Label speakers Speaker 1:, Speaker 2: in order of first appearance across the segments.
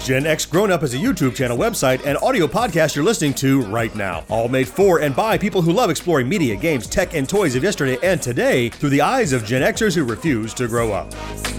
Speaker 1: Gen X Grown Up is a YouTube channel, website, and audio podcast you're listening to right now. All made for and by people who love exploring media, games, tech, and toys of yesterday and today through the eyes of Gen Xers who refuse to grow up.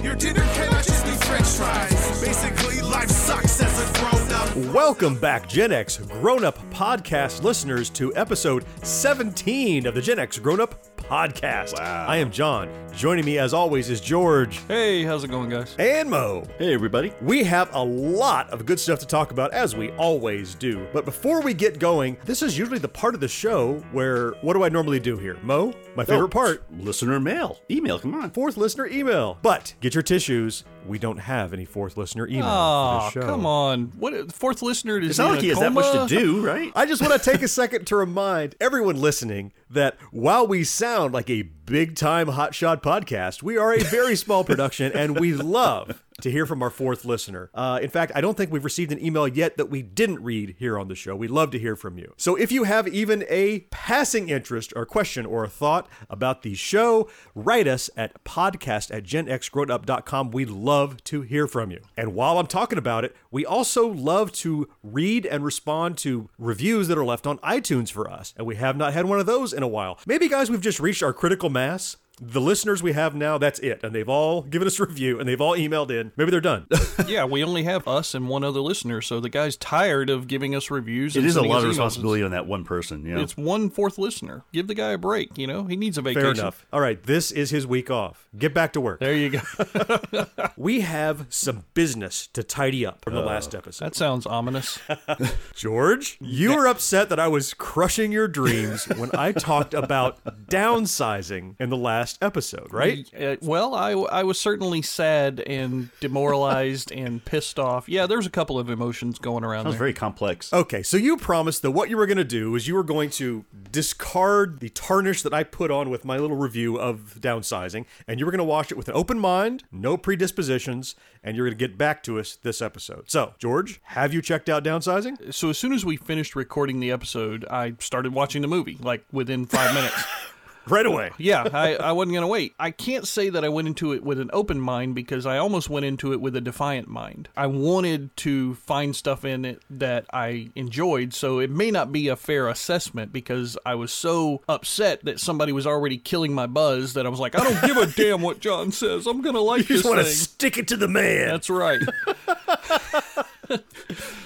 Speaker 2: Your dinner cannot just be french fries. Basically, life sucks as a grown up.
Speaker 1: Welcome back, Gen X Grown Up Podcast listeners, to episode 17 of the Gen X Grown Up Podcast. Wow. I am John. Joining me, as always, is George
Speaker 3: Hey, how's it going, guys?
Speaker 1: and Mo.
Speaker 4: Hey, everybody.
Speaker 1: We have a lot of good stuff to talk about, as we always do. But before we get going, this is usually the part of the show where what do I normally do here? Mo, my favorite
Speaker 4: Oh,
Speaker 1: part.
Speaker 4: Listener mail. Email, come on.
Speaker 1: Fourth listener email. But get your tissues. We don't have any fourth listener email.
Speaker 3: Oh,
Speaker 1: for this show.
Speaker 3: come on. What fourth listener is
Speaker 4: It's not
Speaker 3: in
Speaker 4: like
Speaker 3: a
Speaker 4: he has that much to
Speaker 3: coma?
Speaker 4: do, right?
Speaker 1: I just want to take a second to remind everyone listening that while we sound like a big time hotshot podcast, we are a very small production and we love to hear from our fourth listener. Uh, in fact, I don't think we've received an email yet that we didn't read here on the show. We'd love to hear from you. So if you have even a passing interest or question or a thought about the show, write us at podcast at genxgrownup.com. We'd love to hear from you. And while I'm talking about it, we also love to read and respond to reviews that are left on iTunes for us. And we have not had one of those in a while. Maybe, guys, we've just reached our critical mass. The listeners we have now, that's it. And they've all given us a review and they've all emailed in. Maybe they're done.
Speaker 3: Yeah, we only have us and one other listener, so the guy's tired of giving us reviews.
Speaker 4: It
Speaker 3: and
Speaker 4: is a
Speaker 3: sending
Speaker 4: lot
Speaker 3: us
Speaker 4: of
Speaker 3: emails.
Speaker 4: responsibility on that one person, you know.
Speaker 3: It's one fourth listener. Give the guy a break. You know, he needs a
Speaker 1: Fair
Speaker 3: vacation.
Speaker 1: enough. All right, this is his week off. Get back to work.
Speaker 3: There you go.
Speaker 1: We have some business to tidy up from the last episode.
Speaker 3: That sounds ominous.
Speaker 1: George, you were upset that I was crushing your dreams when I talked about downsizing in the last episode, right?
Speaker 3: Uh, well, I, I was certainly sad and demoralized and pissed off. Yeah, there's a couple of emotions going around
Speaker 4: Sounds
Speaker 3: there.
Speaker 4: very
Speaker 3: Oh,
Speaker 4: complex.
Speaker 1: Okay, so you promised that what you were going to do is you were going to discard the tarnish that I put on with my little review of downsizing, and you were going to watch it with an open mind, no predispositions, and you're going to get back to us this episode. So, George, have you checked out downsizing?
Speaker 3: so as soon as we finished recording the episode, I started watching the movie like within five minutes.
Speaker 1: Right away.
Speaker 3: yeah, I, I wasn't going to wait. I can't say that I went into it with an open mind because I almost went into it with a defiant mind. I wanted to find stuff in it that I enjoyed, so it may not be a fair assessment because I was so upset that somebody was already killing my buzz that I was like, I don't give a damn what John says. I'm going to like
Speaker 1: You
Speaker 3: this
Speaker 1: just want to
Speaker 3: thing.
Speaker 1: stick it to the man.
Speaker 3: That's right.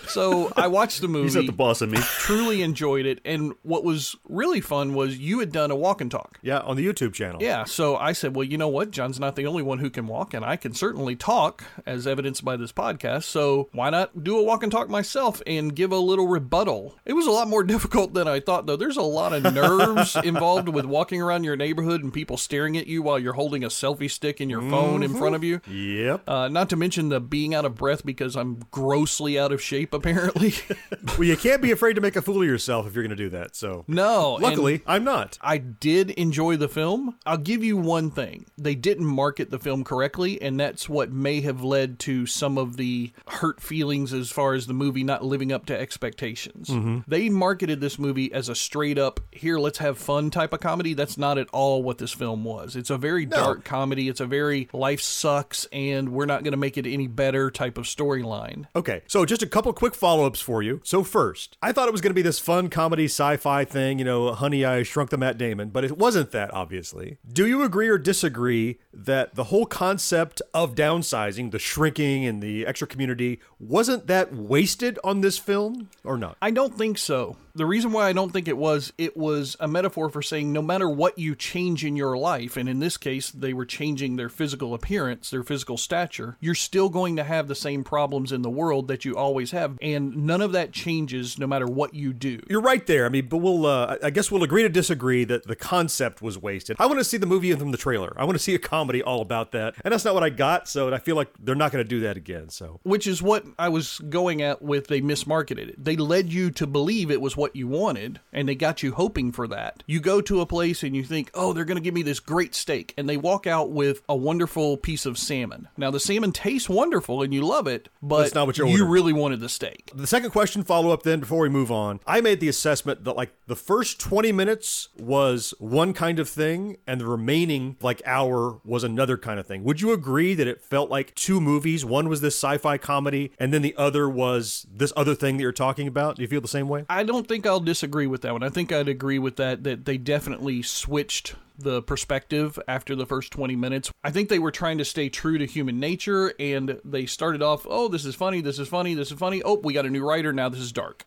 Speaker 3: so I watched the movie
Speaker 4: He's not the boss of me.
Speaker 3: truly enjoyed it. And what was really fun was you had done a walk and talk.
Speaker 1: yeah, on the YouTube channel.
Speaker 3: Yeah. So I said, well, you know what? John's not the only one who can walk, and I can certainly talk, as evidenced by this podcast. So why not do a walk and talk myself and give a little rebuttal? It was a lot more difficult than I thought, though. There's a lot of nerves involved with walking around your neighborhood and people staring at you while you're holding a selfie stick and your phone in front of you.
Speaker 1: Mm-hmm. Yep.
Speaker 3: Uh, not to mention the being out of breath because I'm grossly out of shape, apparently.
Speaker 1: well, you can't be afraid to make a fool of yourself if you're going to do that. So,
Speaker 3: no. and-
Speaker 1: luckily, I'm not.
Speaker 3: I did enjoy the film. I'll give you one thing. They didn't market the film correctly, and that's what may have led to some of the hurt feelings as far as the movie not living up to expectations. They marketed this movie as a straight up, here, let's have fun type of comedy. That's not at all what this film was. It's a very dark comedy, it's a very life sucks and we're not going to make it any better type of storyline.
Speaker 1: Okay, so just a couple quick follow ups for you. So, first, I thought it was going to be this fun comedy sci fi thing, you know, Honey, I Shrunk the Matt Damon, but it wasn't that, obviously. Do you agree or disagree that the whole concept of downsizing, the shrinking and the extra community, wasn't that wasted on this film or not?
Speaker 3: I don't think so. The reason why I don't think it was, it was a metaphor for saying no matter what you change in your life, and in this case, they were changing their physical appearance, their physical stature, you're still going to have the same problems in the world that you always have. And none of that changes no matter what you do.
Speaker 1: You're right there. I mean, but we'll, uh, I guess we'll agree to disagree that the concept was wasted. I want to see the movie from the trailer. I want to see a comedy all about that. And that's not what I got. So I feel like they're not going to do that again. So
Speaker 3: Which is what I was going at with they mismarketed it. They led you to believe it was what what you wanted and they got you hoping for that. You go to a place and you think, oh, they're going to give me this great steak. And they walk out with a wonderful piece of salmon. Now, the salmon tastes wonderful and you love it, but
Speaker 1: That's not what you
Speaker 3: you
Speaker 1: ordered.
Speaker 3: really wanted the steak.
Speaker 1: The second question follow up then before we move on. I made the assessment that like the first 20 minutes was one kind of thing and the remaining like hour was another kind of thing. Would you agree that it felt like two movies? One was this sci-fi comedy and then the other was this other thing that you're talking about? Do you feel the same way?
Speaker 3: I don't think I'll disagree with that one. I think I'd agree with that that they definitely switched the perspective after the first 20 minutes. I think they were trying to stay true to human nature and they started off, "Oh, this is funny, this is funny, this is funny. Oh, we got a new writer, now this is dark."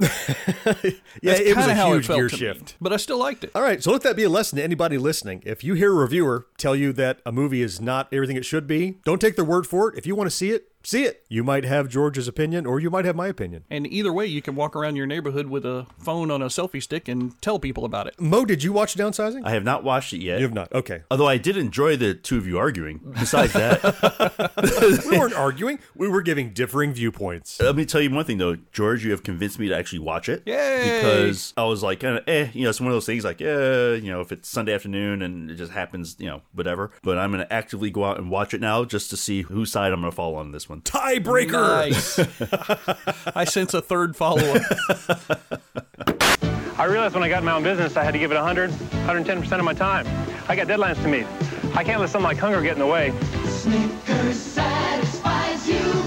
Speaker 1: Yeah, it was
Speaker 3: Kinda
Speaker 1: a
Speaker 3: how
Speaker 1: huge
Speaker 3: felt
Speaker 1: gear
Speaker 3: to me.
Speaker 1: shift.
Speaker 3: but I still liked it.
Speaker 1: All right, so let that be a lesson to anybody listening. If you hear a reviewer tell you that a movie is not everything it should be, don't take their word for it. If you want to see it, see it. You might have George's opinion or you might have my opinion.
Speaker 3: And either way, you can walk around your neighborhood with a phone on a selfie stick and tell people about it.
Speaker 1: Mo, did you watch Downsizing?
Speaker 4: I have not watched it yet.
Speaker 1: you have not. Okay.
Speaker 4: Although I did enjoy the two of you arguing. Besides that,
Speaker 1: We weren't arguing. We were giving differing viewpoints.
Speaker 4: let me tell you one thing though, George, you have convinced me to actually watch it.
Speaker 3: Yay!
Speaker 4: Because I was like, kind of, eh, you know, it's one of those things like, eh, you know, if it's Sunday afternoon and it just happens, you know, whatever. But I'm going to actively go out and watch it now just to see whose side I'm going to fall on this one.
Speaker 1: Tiebreaker.
Speaker 3: Nice. I sense a third follow up.
Speaker 5: I realized when I got in my own business, I had to give it 100, 110% of my time. I got deadlines to meet. I can't let something like hunger get in the way.
Speaker 6: Snickers satisfies you.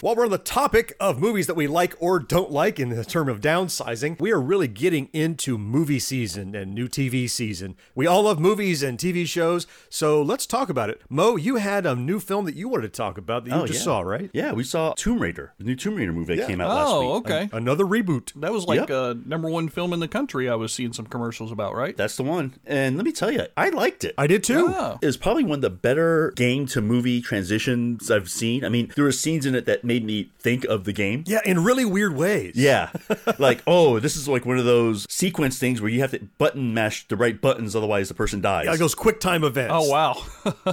Speaker 1: While we're on the topic of movies that we like or don't like in the term of downsizing, we are really getting into movie season and new TV season. We all love movies and TV shows, so let's talk about it. Mo, you had a new film that you wanted to talk about that you
Speaker 4: Oh,
Speaker 1: just
Speaker 4: yeah.
Speaker 1: saw, right?
Speaker 4: Yeah, we saw Tomb Raider, the new Tomb Raider movie that came out last week.
Speaker 3: Oh, okay.
Speaker 1: Another reboot.
Speaker 3: That was like
Speaker 4: Yep.
Speaker 3: uh, number one film in the country. I was seeing some commercials about, right?
Speaker 4: That's the one. And let me tell you, I liked it.
Speaker 1: I did too.
Speaker 3: Oh.
Speaker 4: It's probably one of the better game to movie transitions I've seen. I mean, there were scenes in it that made me think of the game.
Speaker 1: Yeah, in really weird ways.
Speaker 4: Yeah. like, oh, this is like one of those sequence things where you have to button mash the right buttons, otherwise the person dies.
Speaker 1: Like those quick time events.
Speaker 3: Oh, wow.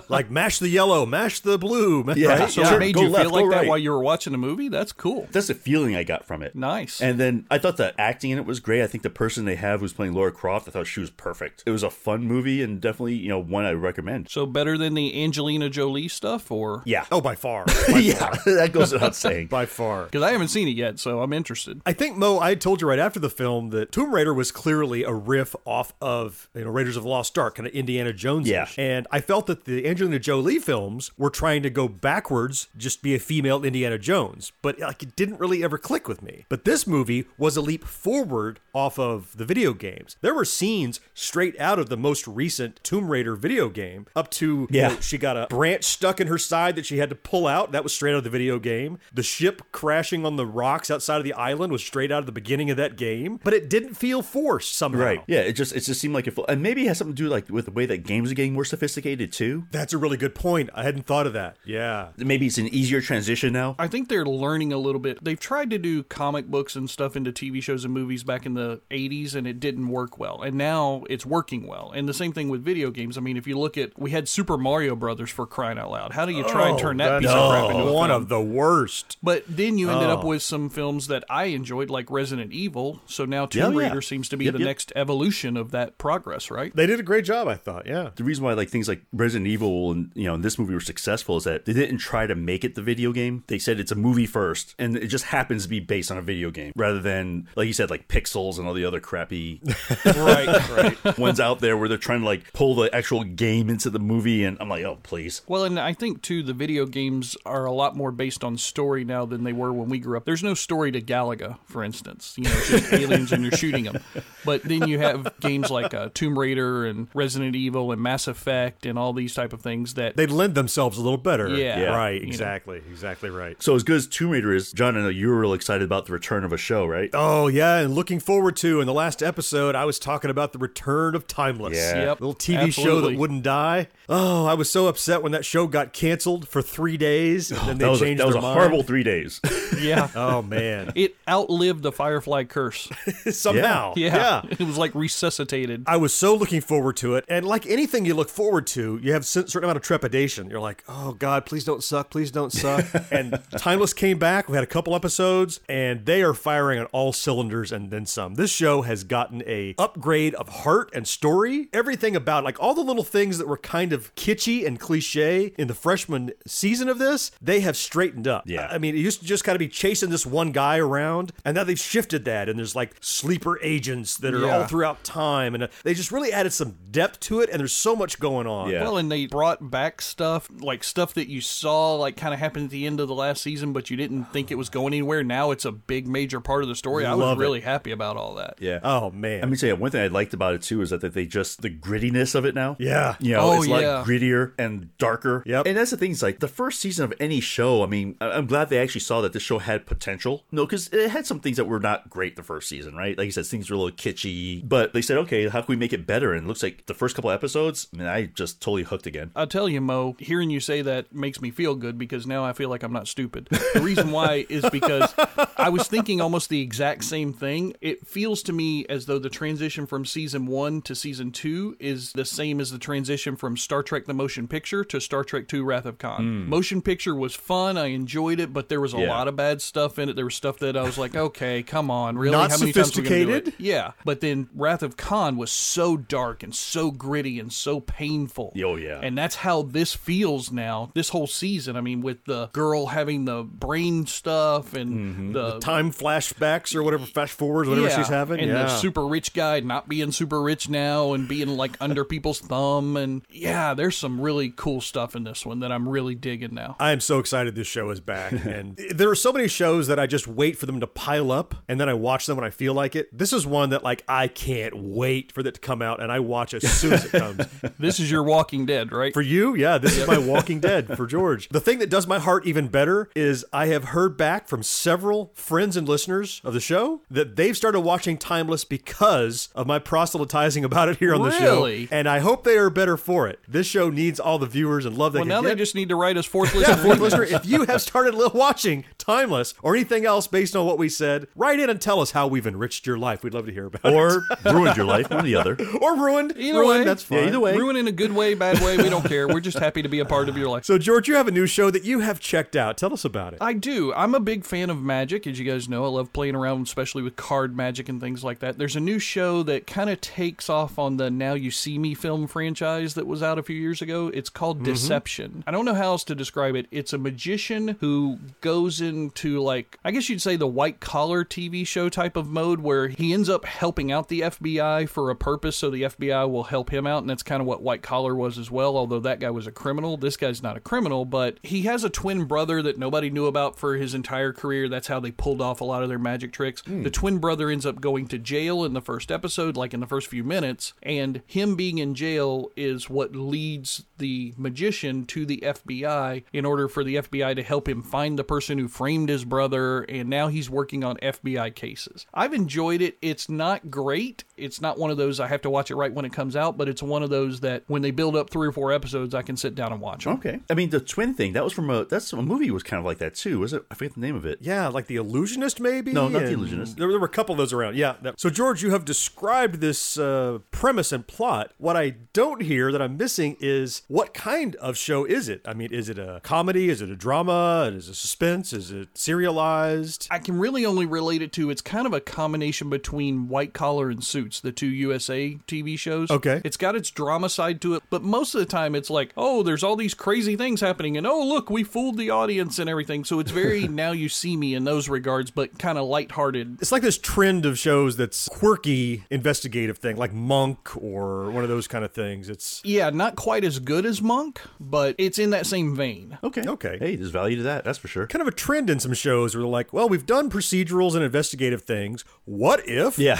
Speaker 1: Like mash the yellow, mash the blue.
Speaker 4: Yeah.
Speaker 1: right?
Speaker 4: So
Speaker 3: So
Speaker 4: sure,
Speaker 3: it made
Speaker 4: go
Speaker 3: you
Speaker 4: left,
Speaker 3: feel
Speaker 4: go
Speaker 3: like that
Speaker 4: right.
Speaker 3: while you were watching a movie? That's cool.
Speaker 4: That's the feeling I got from it.
Speaker 3: Nice.
Speaker 4: And then I thought the acting in it was great. I think the person they have who's playing Laura Croft, I thought she was perfect. It was a fun movie and definitely, you know, one I recommend.
Speaker 3: so better than the Angelina Jolie stuff, or
Speaker 4: Yeah.
Speaker 1: Oh, by far.
Speaker 4: yeah. that goes without saying.
Speaker 1: by far.
Speaker 3: because I haven't seen it yet, so I'm interested.
Speaker 1: I think Mo, I had told you right after the film that Tomb Raider was clearly a riff off of you know Raiders of the Lost Ark, kind of Indiana Jones.
Speaker 4: Yeah.
Speaker 1: And I felt that the Angelina Jolie films were trying to go backwards, just be a female Indiana Jones, but like it didn't really ever click with me. But this movie was a leap forward off of the video games. There were scenes straight out of the most recent Tomb Raider video game up to you
Speaker 4: Yeah.
Speaker 1: know, she got a branch stuck in her side that she had to pull out. That was straight out of the video game. The ship crashing on the rocks outside of the island was straight out of the beginning of that game, but it didn't feel forced somehow.
Speaker 4: Right. Yeah, it just it just seemed like it fl- and maybe it has something to do like with the way that games are getting more sophisticated too.
Speaker 1: That's a really good point. I hadn't thought of that. Yeah.
Speaker 4: Maybe it's an easier transition now.
Speaker 3: I think they're learning a little bit. They've tried to do comic books and stuff into TV shows and movies back in the 80s, and it didn't work well. And now it's working well. And the same thing with video games. I mean, if you look at, we had Super Mario Brothers for crying out loud. How do you try and
Speaker 4: Oh,
Speaker 3: turn that piece of crap into a
Speaker 1: one
Speaker 3: film?
Speaker 1: of the worst.
Speaker 3: But then you ended
Speaker 4: Oh.
Speaker 3: up with some films that I enjoyed, like Resident Evil. So now
Speaker 4: Yeah,
Speaker 3: Tomb
Speaker 4: yeah.
Speaker 3: Raider seems to be
Speaker 4: Yep,
Speaker 3: the
Speaker 4: yep.
Speaker 3: next evolution of that progress, right?
Speaker 1: They did a great job, I thought. Yeah.
Speaker 4: The reason why like things like Resident Evil and you know and this movie were successful is that they didn't try to make it the video game. They said it's a movie first, and it just happens to be based on a video game rather than like you said like pixels and all the other crappy
Speaker 3: right, right.
Speaker 4: ones out there where they're trying to like pull the actual game into the movie. And I'm like, oh please.
Speaker 3: Well, and I think too, the video games are a lot more based on story now than they were when we grew up. There's no story to Galaga, for instance. You know, it's just aliens and you're shooting them. But then you have games like uh, Tomb Raider and Resident Evil and Mass Effect and all these type of things that
Speaker 1: They lend themselves a little better.
Speaker 3: Yeah. Yeah.
Speaker 1: Right.
Speaker 3: You know.
Speaker 1: Exactly. Exactly right.
Speaker 4: So as good as Tomb Raider is, John, I know you were real excited about the return of a show, right?
Speaker 1: Oh yeah, and looking forward to in the last episode, I was talking about the return of Timeless,
Speaker 4: Yeah.
Speaker 3: Yep,
Speaker 1: little TV show
Speaker 3: absolutely.
Speaker 1: that wouldn't die. Oh, I was so upset when that show got canceled for three days, and then they
Speaker 4: that was a-
Speaker 1: changed
Speaker 4: that was
Speaker 1: their
Speaker 4: a
Speaker 1: mind.
Speaker 4: horrible three days.
Speaker 3: Yeah.
Speaker 1: Oh man.
Speaker 3: It outlived the Firefly curse.
Speaker 1: Somehow.
Speaker 3: Yeah. It was like resuscitated.
Speaker 1: I was so looking forward to it. And like anything you look forward to, you have a certain amount of trepidation. You're like, oh God, please don't suck. Please don't suck. and Timeless came back. We had a couple episodes and they are firing on all cylinders and then some. This show has gotten a upgrade of heart and story. Everything about like all the little things that were kind of kitschy and cliche in the freshman season of this, they have straightened up.
Speaker 4: Yeah.
Speaker 1: I- I mean, it used to just kind of be chasing this one guy around, and now they've shifted that, and there's like sleeper agents that are all
Speaker 3: Yeah.
Speaker 1: throughout time, and uh, they just really added some depth to it, and there's so much going on.
Speaker 4: Yeah.
Speaker 3: Well, and they brought back stuff like stuff that you saw like kind of happened at the end of the last season, but you didn't think it was going anywhere. Now it's a big major part of the story. I was
Speaker 1: Love it.
Speaker 3: really happy about all that.
Speaker 4: yeah.
Speaker 1: Oh man.
Speaker 4: I mean, so yeah, one thing I liked about it too is that they just the grittiness of it now.
Speaker 1: Yeah.
Speaker 4: you know,
Speaker 3: Oh,
Speaker 4: it's
Speaker 3: yeah.
Speaker 4: like grittier and darker.
Speaker 1: Yep.
Speaker 4: and that's the thing. Is like the first season of any show. I mean, I- I'm glad they actually saw that this show had potential. No, because it had some things that were not great the first season, right? Like you said, things were a little kitschy, but they said, okay, how can we make it better? And it looks like the first couple episodes, I mean, I just totally hooked again.
Speaker 3: I tell you, Mo, hearing you say that makes me feel good because now I feel like I'm not stupid. The reason why is because I was thinking almost the exact same thing. It feels to me as though the transition from season one to season two is the same as the transition from Star Trek the Motion Picture to Star Trek II Wrath of Khan. Motion Picture was fun. I enjoyed it, but there was a
Speaker 4: Hmm. Yeah.
Speaker 3: lot of bad stuff in it. There was stuff that I was like, okay, come on, really?
Speaker 1: Not
Speaker 3: How many times are we gonna do
Speaker 1: sophisticated?
Speaker 3: it? Yeah. But then Wrath of Khan was so dark and so gritty and so painful.
Speaker 4: Oh, yeah.
Speaker 3: And that's how this feels now, this whole season. I mean, with the girl having the brain stuff and the.
Speaker 1: Mm-hmm. time flashbacks or whatever, flash forwards, whatever
Speaker 3: yeah,
Speaker 1: she's having.
Speaker 3: and
Speaker 1: yeah.
Speaker 3: the super rich guy not being super rich now and being like under people's thumb and yeah, there's some really cool stuff in this one that I'm really digging now.
Speaker 1: I am so excited this show is back. And there are so many shows that I just wait for them to pile up and then I watch them when I feel like it. This is one that like I can't wait for that to come out and I watch as soon as it comes.
Speaker 3: This is your Walking Dead, right?
Speaker 1: For you, yeah, this is my Walking Dead for George. The thing that does my heart even better is I have heard back from several friends and listeners of the show that they've started watching Timeless because of my proselytizing about it here on the
Speaker 3: Really?
Speaker 1: show. And I hope they are better for it. This show needs all the viewers and love they
Speaker 3: well,
Speaker 1: can
Speaker 3: now they
Speaker 1: get.
Speaker 3: just need to write us fourth list.
Speaker 1: Yeah, fourth listener, if you have started li- watching Timeless or anything else based on what we said, write in and tell us how we've enriched your life. We'd love to hear about it.
Speaker 4: Or ruined your life, one or the other.
Speaker 1: Or ruined.
Speaker 3: Either
Speaker 1: ruined,
Speaker 3: way.
Speaker 1: that's fine.
Speaker 4: Yeah, either way.
Speaker 3: Ruin in a good way, bad way, we don't care. We're just happy to be a part of your life.
Speaker 1: So, George, you have a new show that you have checked out. Tell us about it.
Speaker 3: I do. I'm a big fan of magic, as you guys know. I love playing around, especially with card magic and things like that. There's a new show that kind of takes off on the Now You See Me film franchise that was out a few years ago. It's called
Speaker 1: Mm-hmm.
Speaker 3: Deception. I don't know how else to describe it. It's a magician who goes into, like, I guess you'd say the white collar TV show type of mode where he ends up helping out the FBI for a purpose so the FBI will help him out. And that's kind of what white collar was as well, although that guy was a criminal. This guy's not a criminal, but he has a twin brother that nobody knew about for his entire career. That's how they pulled off a lot of their magic tricks. The twin brother ends up going to jail in the first episode, like in the first few minutes, and him being in jail is what leads the magician to the FBI in order for the FBI to help him find the person who framed his brother, and now he's working on FBI cases. I've enjoyed it. It's not great. It's not one of those I have to watch it right when it comes out, but it's one of those that when they build up three or four episodes, I can sit down and watch 'em.
Speaker 4: Okay, I mean the twin thing that was from a that's a movie was kind of like that too, was it? I forget the name of it.
Speaker 1: Yeah, like the illusionist, maybe.
Speaker 4: No, not The
Speaker 1: And
Speaker 4: Illusionist.
Speaker 1: There, there were a couple of those around. Yeah. that- so George, you have described this uh, premise and plot. What I don't hear that I'm missing is what kind of show is it? I mean, is it a comedy? Is it a drama? Is it suspense? Is it serialized?
Speaker 3: I can really only relate it to it's kind of a combination between White Collar and Suits, the two USA TV shows.
Speaker 1: Okay.
Speaker 3: It's got its drama side to it, but most of the time it's like, oh, there's all these crazy things happening, and oh, look, we fooled the audience and everything. So it's very now you see me in those regards, but kind of lighthearted.
Speaker 1: It's like this trend of shows that's quirky, investigative thing, like Monk or one of those kind of things. It's
Speaker 3: Yeah, not quite as good as Monk, but it's in that same vein.
Speaker 4: Okay,
Speaker 1: Okay.
Speaker 4: Hey, there's value to that. That's for sure.
Speaker 1: kind of a trend in some shows where they're like, well, we've done procedurals and investigative things. What if?
Speaker 4: Yeah.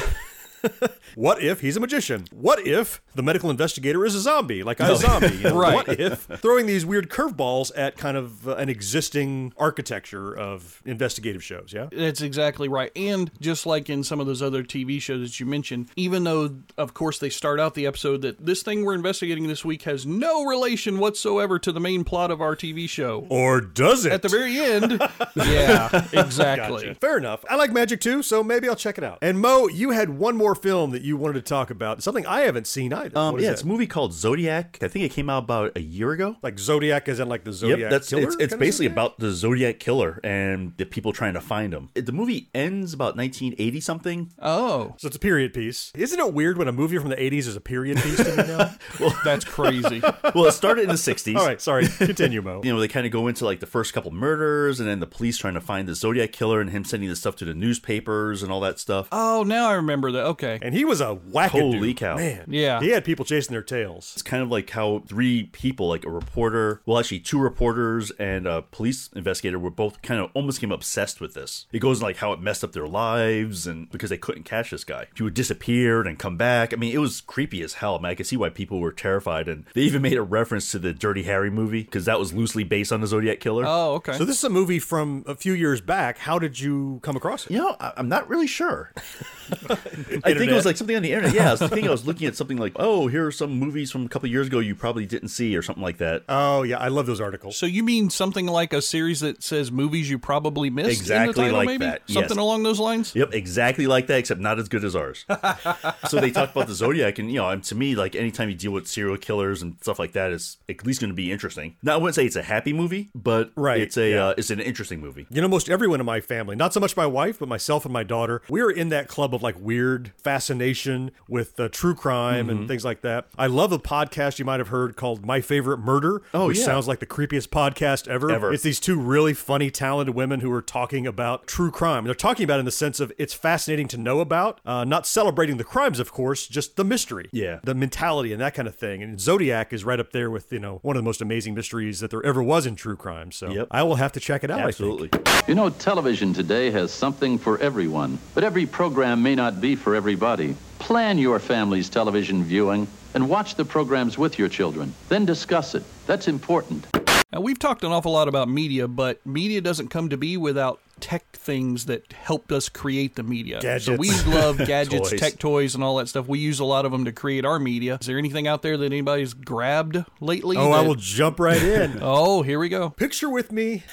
Speaker 1: What if he's a magician? What if the medical investigator is a zombie, like I zombie? You know,
Speaker 3: Right.
Speaker 1: What if throwing these weird curveballs at kind of uh, an existing architecture of investigative shows? Yeah.
Speaker 3: That's exactly right. And just like in some of those other TV shows that you mentioned, even though, of course, they start out the episode that this thing we're investigating this week has no relation whatsoever to the main plot of our TV show.
Speaker 1: Or does it?
Speaker 3: At the very end, yeah, exactly.
Speaker 1: Gotcha. Fair enough. I like magic too, so maybe I'll check it out. And Mo, you had one more film that you wanted to talk about, something I haven't seen either.
Speaker 4: Um,
Speaker 1: What is
Speaker 4: yeah,
Speaker 1: that?
Speaker 4: it's a movie called Zodiac. I think it came out about a year ago.
Speaker 1: like Zodiac, as in like the Zodiac
Speaker 4: yep, that's
Speaker 1: killer.
Speaker 4: it's, it's
Speaker 1: kind of
Speaker 4: basically
Speaker 1: Zodiac?
Speaker 4: about the Zodiac killer and the people trying to find him. It- The movie ends about 1980 something.
Speaker 3: Oh,
Speaker 1: So it's a period piece. Isn't it weird when a movie from the '80s is a period piece to me now?
Speaker 3: that's crazy.
Speaker 4: Well, it started in the 60s.
Speaker 1: All right, sorry. Continue, Mo.
Speaker 4: You know, they kind of go into like the first couple murders and then the police trying to find the Zodiac killer and him sending the stuff to the newspapers and all that stuff.
Speaker 3: Oh, now I remember that. Okay.
Speaker 1: And he was a wackadoodle.
Speaker 4: Holy cow.
Speaker 1: man!
Speaker 3: Yeah.
Speaker 1: he had people chasing their tails.
Speaker 4: It's kind of like how three people, like a reporter, well, actually two reporters and a police investigator, were both kind of almost became obsessed with this. It goes like how it messed up their lives and because they couldn't catch this guy, he would disappear and come back. I mean, it was creepy as hell. Man, I could see why people were terrified, and they even made a reference to the Dirty Harry movie because that was loosely based on the Zodiac killer.
Speaker 3: Oh, okay.
Speaker 1: So this is a movie from a few years back. How did you come across it?
Speaker 4: You know, I, I'm not really sure. I think it
Speaker 1: Internet.
Speaker 4: was like something on the internet. Yeah, I was thinking I was looking at something like, oh, here are some movies from a couple of years ago you probably didn't see or something like that.
Speaker 1: Oh yeah, I love those articles.
Speaker 3: So you mean something like a series that says movies you probably missed? in the
Speaker 4: Exactly
Speaker 3: title,
Speaker 4: like
Speaker 3: maybe?
Speaker 4: that, yes.
Speaker 3: Something along those lines.
Speaker 4: Yep, exactly like that, except not as good as ours. so they talk about the Zodiac, and you know, and to me, like anytime you deal with serial killers and stuff like that, is at least going to be interesting. Now, I wouldn't say it's a happy movie, but
Speaker 1: Right,
Speaker 4: it's a
Speaker 1: yeah.
Speaker 4: uh, it's an interesting movie.
Speaker 1: You know, most everyone in my family, not so much my wife, but myself and my daughter, we are in that club of like weird fascination with uh, true crime
Speaker 4: Mm-hmm.
Speaker 1: and things like that. I love a podcast you might have heard called My Favorite Murder,
Speaker 4: Oh,
Speaker 1: which
Speaker 4: yeah.
Speaker 1: sounds like the creepiest podcast ever.
Speaker 4: Ever.
Speaker 1: It's these two really funny, talented women who are talking about true crime. They're talking about it in the sense of it's fascinating to know about, uh, not celebrating the crimes, of course, just the mystery.
Speaker 4: Yeah.
Speaker 1: The mentality and that kind of thing. And Zodiac is right up there with, you know, one of the most amazing mysteries that there ever was in true crime. So
Speaker 4: Yep.
Speaker 1: I will have to check it out. I think.
Speaker 4: Absolutely.
Speaker 7: You know, television today has something for everyone, but every program may not be for everybody. Plan your family's television viewing and watch the programs with your children. Then discuss it. That's important.
Speaker 3: Now, we've talked an awful lot about media, but media doesn't come to be without tech things that helped us create the media. So
Speaker 1: Gadgets.
Speaker 3: we love gadgets,
Speaker 4: Toys.
Speaker 3: tech toys, and all that stuff. We use a lot of them to create our media. Is there anything out there that anybody's grabbed lately?
Speaker 1: Oh, I
Speaker 3: that-
Speaker 1: will jump right in.
Speaker 3: Oh, here we go.
Speaker 1: Picture with me,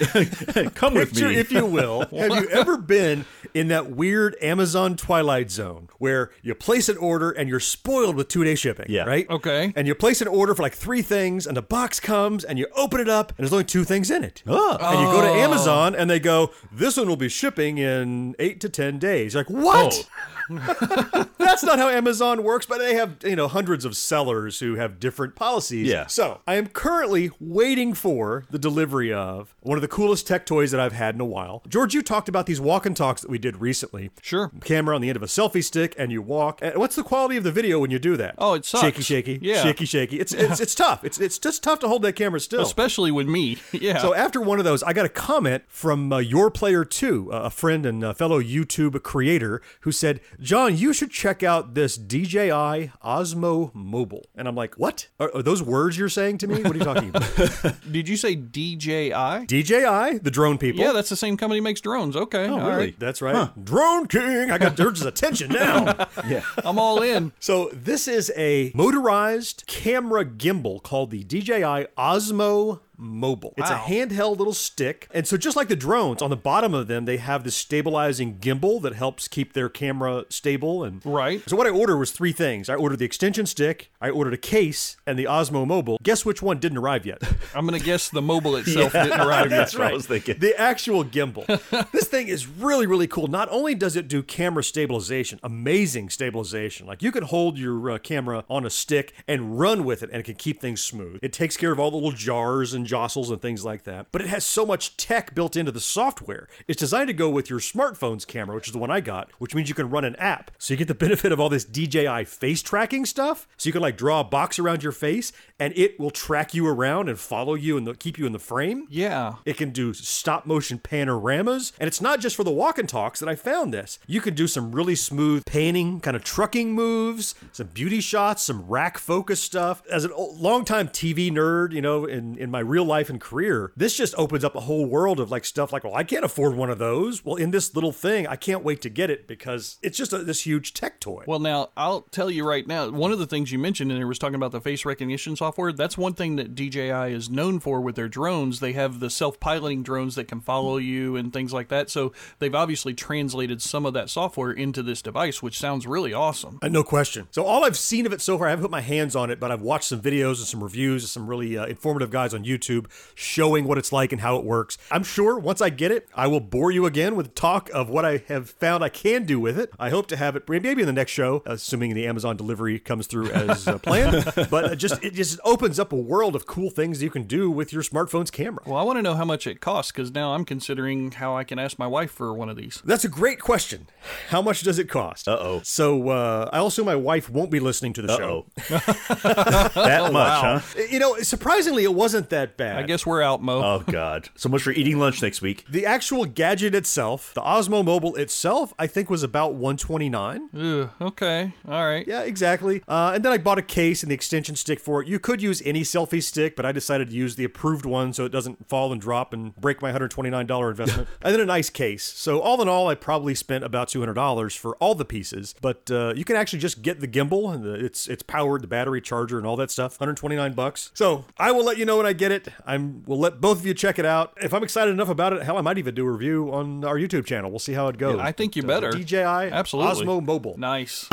Speaker 4: Come with
Speaker 1: picture
Speaker 4: me.
Speaker 1: if you will. Have you ever been in that weird Amazon Twilight Zone where you place an order and you're spoiled with two day shipping?
Speaker 4: Yeah.
Speaker 1: Right?
Speaker 3: Okay.
Speaker 1: And you place an order for like three things and the box comes and you open it up and there's only two things in it. And you go to Amazon and they go, this one will be shipping in eight to 10 days. You're like, what?
Speaker 4: Oh.
Speaker 1: That's not how Amazon works, but they have, you know, hundreds of sellers who have different policies.
Speaker 4: Yeah.
Speaker 1: So I am currently waiting for the delivery of one of the coolest tech toys that I've had in a while. George, you talked about these walk and talks that we did recently.
Speaker 3: Sure.
Speaker 1: Camera on the end of a selfie stick and you walk. And what's the quality of the video when you do that?
Speaker 3: Oh, it sucks.
Speaker 1: Shaky, shaky.
Speaker 3: Yeah.
Speaker 1: Shaky, shaky. It's it's, it's tough. It's it's just tough to hold that camera
Speaker 4: Oh.
Speaker 1: still.
Speaker 3: Especially with me. Yeah.
Speaker 1: So after one of those, I got a comment from uh, your player two, uh, a friend and uh fellow YouTube creator, who said, "John, you should check out this DJI Osmo Mobile." And I'm like, "What? Are, are those words you're saying to me? What are you talking about?"
Speaker 3: Did you say DJI?
Speaker 1: DJI, the drone people.
Speaker 3: yeah, that's the same company that makes drones. Okay. all
Speaker 4: Oh, really?
Speaker 3: right.
Speaker 1: That's right. Drone King. I got George's attention now.
Speaker 3: I'm all in.
Speaker 1: So this is a motorized camera gimbal called the DJI Osmo Mobile. It's
Speaker 3: Wow.
Speaker 1: a handheld little stick. And so just like the drones, on the bottom of them they have this stabilizing gimbal that helps keep their camera stable and
Speaker 3: Right.
Speaker 1: So what I ordered was three things. I ordered the extension stick, I ordered a case, and the Osmo Mobile. Guess which one didn't arrive yet?
Speaker 3: I'm going to guess the mobile itself didn't arrive yet.
Speaker 4: That's what I was thinking.
Speaker 1: The actual gimbal. this thing is really, really cool. Not only does it do camera stabilization, amazing stabilization. Like you can hold your uh, camera on a stick and run with it, and it can keep things smooth. It takes care of all the little jars and jostles and things like that. But it has so much tech built into the software. It's designed to go with your smartphone's camera, which is the one I got, which means you can run an app. So you get the benefit of all this DJI face tracking stuff. So you can like draw a box around your face and it will track you around and follow you and they'll keep you in the frame.
Speaker 3: Yeah.
Speaker 1: It can do stop motion panoramas. And it's not just for the walk and talks that I found this. You can do some really smooth painting, kind of trucking moves, some beauty shots, some rack focus stuff. As a longtime TV nerd, you know, in, in my real life and career, this just opens up a whole world of like stuff like, well, I can't afford one of those. Well, in this little thing, I can't wait to get it because it's just a, this huge tech toy.
Speaker 3: Well, now I'll tell you right now. One of the things you mentioned, and it was talking about the face recognition software. That's one thing that DJI is known for with their drones. They have the self-piloting drones that can follow you and things like that. So they've obviously translated some of that software into this device, which sounds really awesome.
Speaker 1: Uh, No question. So all I've seen of it so far, I haven't put my hands on it, but I've watched some videos and some reviews and some really uh, informative guys on YouTube showing what it's like and how it works. I'm sure once I get it, I will bore you again with talk of what I have found I can do with it. I hope to have it maybe in the next show, assuming the Amazon delivery comes through as uh, planned. but uh, just it just opens up a world of cool things you can do with your smartphone's camera.
Speaker 3: Well, I want to know how much it costs because now I'm considering how I can ask my wife for one of these.
Speaker 1: That's a great question. How much does it cost?
Speaker 4: Uh-oh.
Speaker 1: So uh, I also my wife won't be listening to the show.
Speaker 4: Uh-oh. that
Speaker 1: Oh,
Speaker 4: much, huh?
Speaker 1: You know, surprisingly, it wasn't that bad.
Speaker 3: I guess we're out, Mo.
Speaker 4: Oh God! So much for eating lunch next week.
Speaker 1: the actual gadget itself, the Osmo Mobile itself, I think was about 129.
Speaker 3: Ugh, okay, all right.
Speaker 1: Yeah, exactly. Uh, and then I bought a case and the extension stick for it. You could use any selfie stick, but I decided to use the approved one so it doesn't fall and drop and break my $129 investment. and then a nice case. So all in all, I probably spent about $200 for all the pieces. But uh, you can actually just get the gimbal and the, it's it's powered, the battery charger, and all that stuff. 129 bucks. So I will let you know when I get it. I'm will let both of you check it out. If I'm excited enough about it, hell, I might even do a review on our YouTube channel. We'll see how it goes.
Speaker 3: I think you
Speaker 1: Uh,
Speaker 3: better.
Speaker 1: DJI
Speaker 3: Absolutely.
Speaker 1: Osmo Mobile.
Speaker 3: Nice.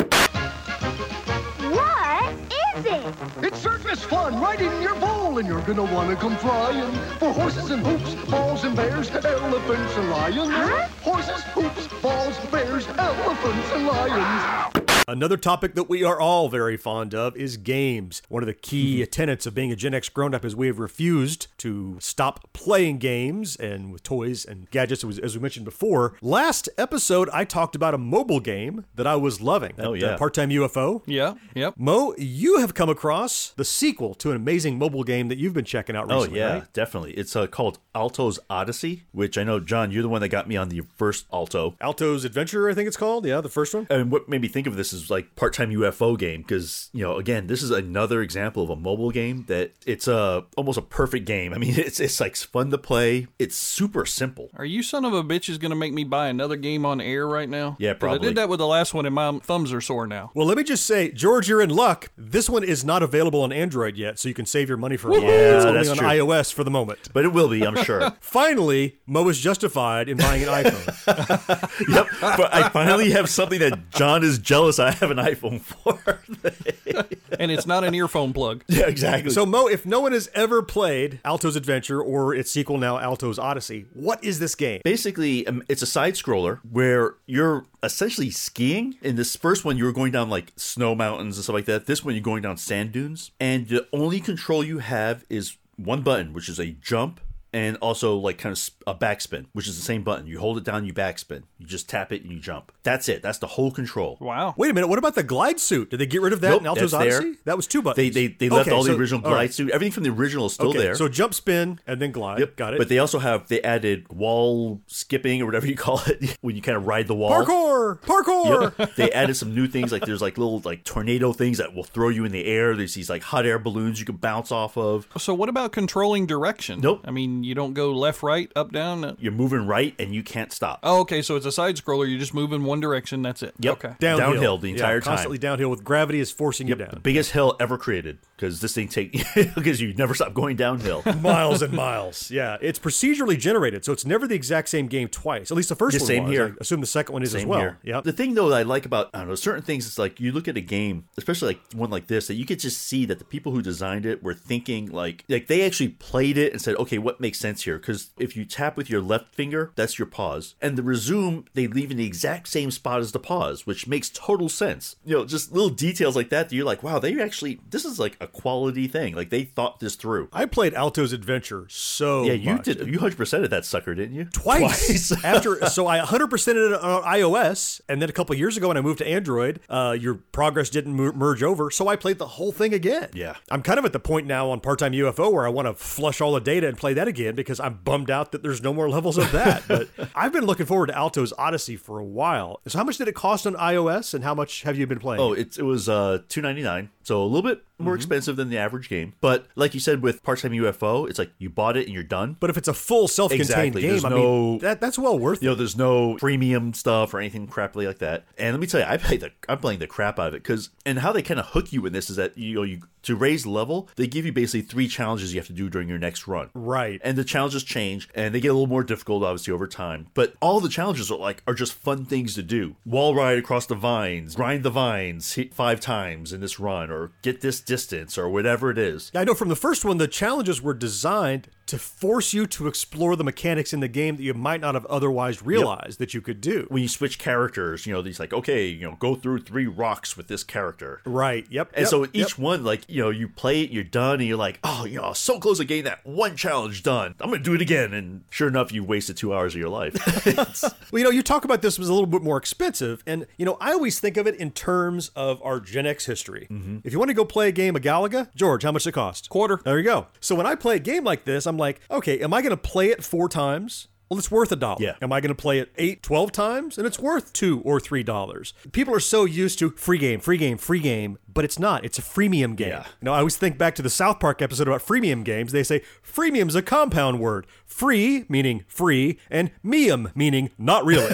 Speaker 8: What is it?
Speaker 9: It's circus fun right in your bowl, and you're gonna wanna come flying for horses and hoops, balls and bears, elephants and lions. Horses, hoops, balls, bears, elephants and lions.
Speaker 1: Another topic that we are all very fond of is games. One of the
Speaker 4: Mm-hmm.
Speaker 1: key tenets of being a Gen X grown up is we have refused to stop playing games and with toys and gadgets, as- as we mentioned before. Last episode, I talked about a mobile game that I was loving. that,
Speaker 4: Oh,
Speaker 1: uh,
Speaker 4: yeah.
Speaker 1: Part Time UFO.
Speaker 3: Yeah. Yep.
Speaker 1: Mo, you have come across the sequel to an amazing mobile game that you've been checking out
Speaker 4: Oh
Speaker 1: recently.
Speaker 4: yeah,
Speaker 1: right?
Speaker 4: definitely. It's uh, called Alto's Odyssey, which I know, John, you're the one that got me on the first Alto.
Speaker 1: Alto's Adventure, I think it's called. Yeah, the first one.
Speaker 4: And what made me think of this is like part-time UFO game because you know again this is another example of a mobile game that it's a almost a perfect game. I mean it's it's like fun to play. It's super simple.
Speaker 3: Are you son of a bitch is going to make me buy another game on air right now?
Speaker 4: Yeah,
Speaker 3: 'Cause I
Speaker 4: probably.
Speaker 3: did that with the last one, and my thumbs are sore now.
Speaker 1: Well, let me just say, George, you're in luck. This one is not available on Android yet, so you can save your money for a while.
Speaker 4: Yeah,
Speaker 1: It's only
Speaker 4: that's
Speaker 1: on
Speaker 4: true.
Speaker 1: iOS for the moment.
Speaker 4: But it will be, I'm sure.
Speaker 1: Finally, Mo is justified in buying an iPhone.
Speaker 4: yep. But I finally have something that John is jealous I have an iPhone for.
Speaker 3: and it's not an earphone plug.
Speaker 4: yeah, exactly.
Speaker 1: so, Mo, if no one has ever played Alto's Adventure or its sequel now, Alto's Odyssey, what is this game?
Speaker 4: basically um, it's a side scroller where you're essentially skiing in this first one you were going down like snow mountains and stuff like that this one you're going down sand dunes and the only control you have is one button which is a jump and also like kind of sp- a backspin which is the same button you hold it down you backspin you just tap it and you jump that's it that's the whole control
Speaker 3: Wow.
Speaker 1: Wait a minute, what about the glide suit? Did they get rid of that
Speaker 4: Nope,
Speaker 1: in Alto's
Speaker 4: that's there.
Speaker 1: Odyssey? That was two
Speaker 4: they
Speaker 1: buttons.
Speaker 4: they, they left
Speaker 1: Okay,
Speaker 4: all the
Speaker 1: so-
Speaker 4: original
Speaker 1: all
Speaker 4: glide
Speaker 1: right.
Speaker 4: suit everything from the original is still
Speaker 1: Okay,
Speaker 4: there
Speaker 1: So jump spin and then glide.
Speaker 4: Yep.
Speaker 1: Got it.
Speaker 4: But they also have they added wall skipping or whatever you call it when you kind of ride the wall.
Speaker 1: parkour! Parkour!
Speaker 4: Yep. They added some new things like there's like little like tornado things that will throw you in the air. There's these like hot air balloons you can bounce off of.
Speaker 3: So what about controlling direction?
Speaker 4: Nope.
Speaker 3: I mean, you don't go left, right, up, down. uh-
Speaker 4: You're moving right and you can't stop.
Speaker 3: Oh, okay. So it's a side scroller. You just move in one direction. That's it.
Speaker 4: Yep.
Speaker 3: Okay.
Speaker 1: Downhill.
Speaker 4: Downhill the
Speaker 1: Yeah,
Speaker 4: entire time.
Speaker 1: Constantly downhill with gravity is forcing you
Speaker 4: The
Speaker 1: down.
Speaker 4: biggest hill ever created because this thing take because you never stop going downhill.
Speaker 1: miles and miles. Yeah, it's procedurally generated, so it's never the exact same game twice. At least the first
Speaker 4: Yeah,
Speaker 1: one
Speaker 4: same
Speaker 1: was.
Speaker 4: here.
Speaker 1: I assume the second one is as
Speaker 4: Same
Speaker 1: well.
Speaker 4: here.
Speaker 1: Yep.
Speaker 4: The thing though that I like about I don't know certain things is like you look at a game, especially like one like this, that you could just see that the people who designed it were thinking like like they actually played it and said, okay, what makes makes sense here because if you tap with your left finger, that's your pause, and the resume they leave in the exact same spot as the pause, which makes total sense. You know, just little details like that that you're like, wow, they actually this is like a quality thing. Like they thought this through.
Speaker 1: I played Alto's Adventure so
Speaker 4: yeah, you
Speaker 1: much.
Speaker 4: did. You hundred percent of that sucker, didn't you?
Speaker 1: Oh twice, after so i 100% it on ios and then a couple years ago when i moved to android uh, your progress didn't mer- merge over so i played the whole thing again
Speaker 4: Yeah.
Speaker 1: i'm kind of at the point now on part-time ufo where i want to flush all the data and play that again because i'm bummed out that there's no more levels of that but i've been looking forward to alto's odyssey for a while so how much did it cost on ios and how much have you been playing
Speaker 4: Oh, it, it was uh, two ninety nine, so a little bit more expensive than the average game. But like you said, with part time UFO, it's like you bought it and you're done.
Speaker 1: but if it's a full self-contained
Speaker 4: Exactly,
Speaker 1: game
Speaker 4: there's
Speaker 1: i
Speaker 4: no-
Speaker 1: mean that, that's well worth
Speaker 4: You
Speaker 1: it
Speaker 4: know, there's no premium stuff or anything crappily like that. And let me tell you, I play the I'm playing the crap out of it because and how they kind of hook you in this is that you know you to raise level, they give you basically three challenges you have to do during your next run.
Speaker 1: Right.
Speaker 4: And the challenges change and they get a little more difficult obviously over time. But all the challenges are like are just fun things to do. Wall ride across the vines, grind the vines hit five times in this run, or get this distance, or whatever it is.
Speaker 1: Yeah, I know from the first one, the challenges were designed to force you to explore the mechanics in the game that you might not have otherwise realized that you could do.
Speaker 4: When you switch characters, you know, these like, okay, you know, go through three rocks with this character.
Speaker 1: right. Yep.
Speaker 4: And
Speaker 1: yep,
Speaker 4: so
Speaker 1: yep.
Speaker 4: each one, like, you know, you play it, you're done, and you're like, oh, you know, so close to getting that one challenge done. I'm going to do it again. And sure enough, you wasted two hours of your life. It's-
Speaker 1: Well, you know, you talk about this was a little bit more expensive, and you know, I always think of it in terms of our Gen X history. If you want to go play a game of Galaga, George, how much does it cost?
Speaker 3: Quarter.
Speaker 1: There you go. So when I play a game like this, I'm like, okay, am I going to play it four times? Well, it's worth a dollar.
Speaker 4: Yeah.
Speaker 1: Am I going to play it eight, 12 times? And it's worth two or three dollars. People are so used to free game, free game, free game, but it's not. It's a freemium game.
Speaker 4: Yeah.
Speaker 1: You know, I always think back to the South Park episode about freemium games. They say freemium's a compound word. Free meaning free, and meum meaning not really.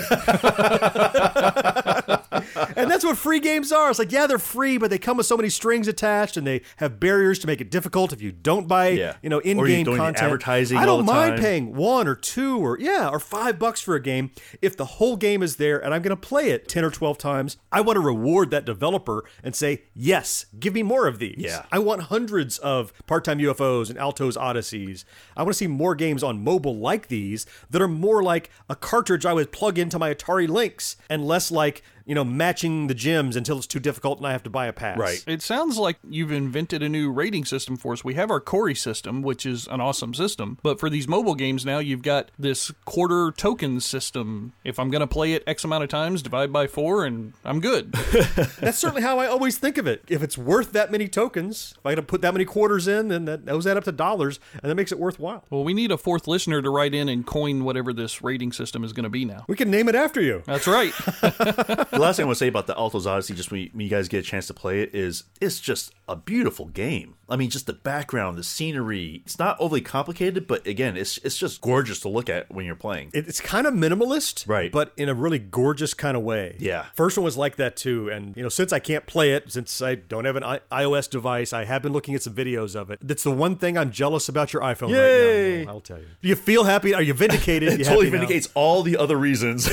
Speaker 1: and that's what free games are. It's like, yeah, they're free, but they come with so many strings attached, and they have barriers to make it difficult if you don't buy,
Speaker 4: Yeah.
Speaker 1: you know,
Speaker 4: Or you're
Speaker 1: in-game
Speaker 4: doing
Speaker 1: content.
Speaker 4: advertising
Speaker 1: I don't
Speaker 4: all the
Speaker 1: mind
Speaker 4: time.
Speaker 1: paying one or two or yeah or five bucks for a game if the whole game is there and I'm going to play it ten or twelve times. I want to reward that developer and say, yes, give me more of these.
Speaker 4: Yeah.
Speaker 1: I want hundreds of part-time UFOs and Altos Odysseys. I want to see more games on mobile like these that are more like a cartridge I would plug into my Atari Lynx and less like, you know, matching the gems until it's too difficult and I have to buy a pass.
Speaker 4: Right.
Speaker 3: It sounds like you've invented a new rating system for us. We have our Corey system, which is an awesome system, but for these mobile games now, you've got this quarter token system. If I'm going to play it X amount of times, divide by four, and I'm good.
Speaker 1: That's certainly how I always think of it. If it's worth that many tokens, if I gotta put that many quarters in, then that those add up to dollars, and that makes it worthwhile.
Speaker 3: well, we need a fourth listener to write in and coin whatever this rating system is going to be now.
Speaker 1: We can name it after you.
Speaker 3: That's right.
Speaker 4: the last thing I want to say about the Altos Odyssey, just when you, when you guys get a chance to play it, is it's just a beautiful game. I mean, just the background, the scenery. It's not overly complicated, but again, it's it's just gorgeous to look at when you're playing.
Speaker 1: It- It's kind of minimalist,
Speaker 4: Right.
Speaker 1: But in a really gorgeous kind of way.
Speaker 4: Yeah.
Speaker 1: First one was like that too, and you know, since I can't play it, since I don't have an I- iOS device, I have been looking at some videos of it. That's the one thing I'm jealous about your iPhone right
Speaker 4: Yay!
Speaker 1: now. I'll tell you. Do you feel happy? Are you vindicated? You
Speaker 4: It totally
Speaker 1: happy now?
Speaker 4: vindicates all the other reasons.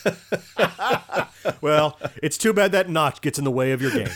Speaker 1: Well, it's too bad that notch gets in the way of your game.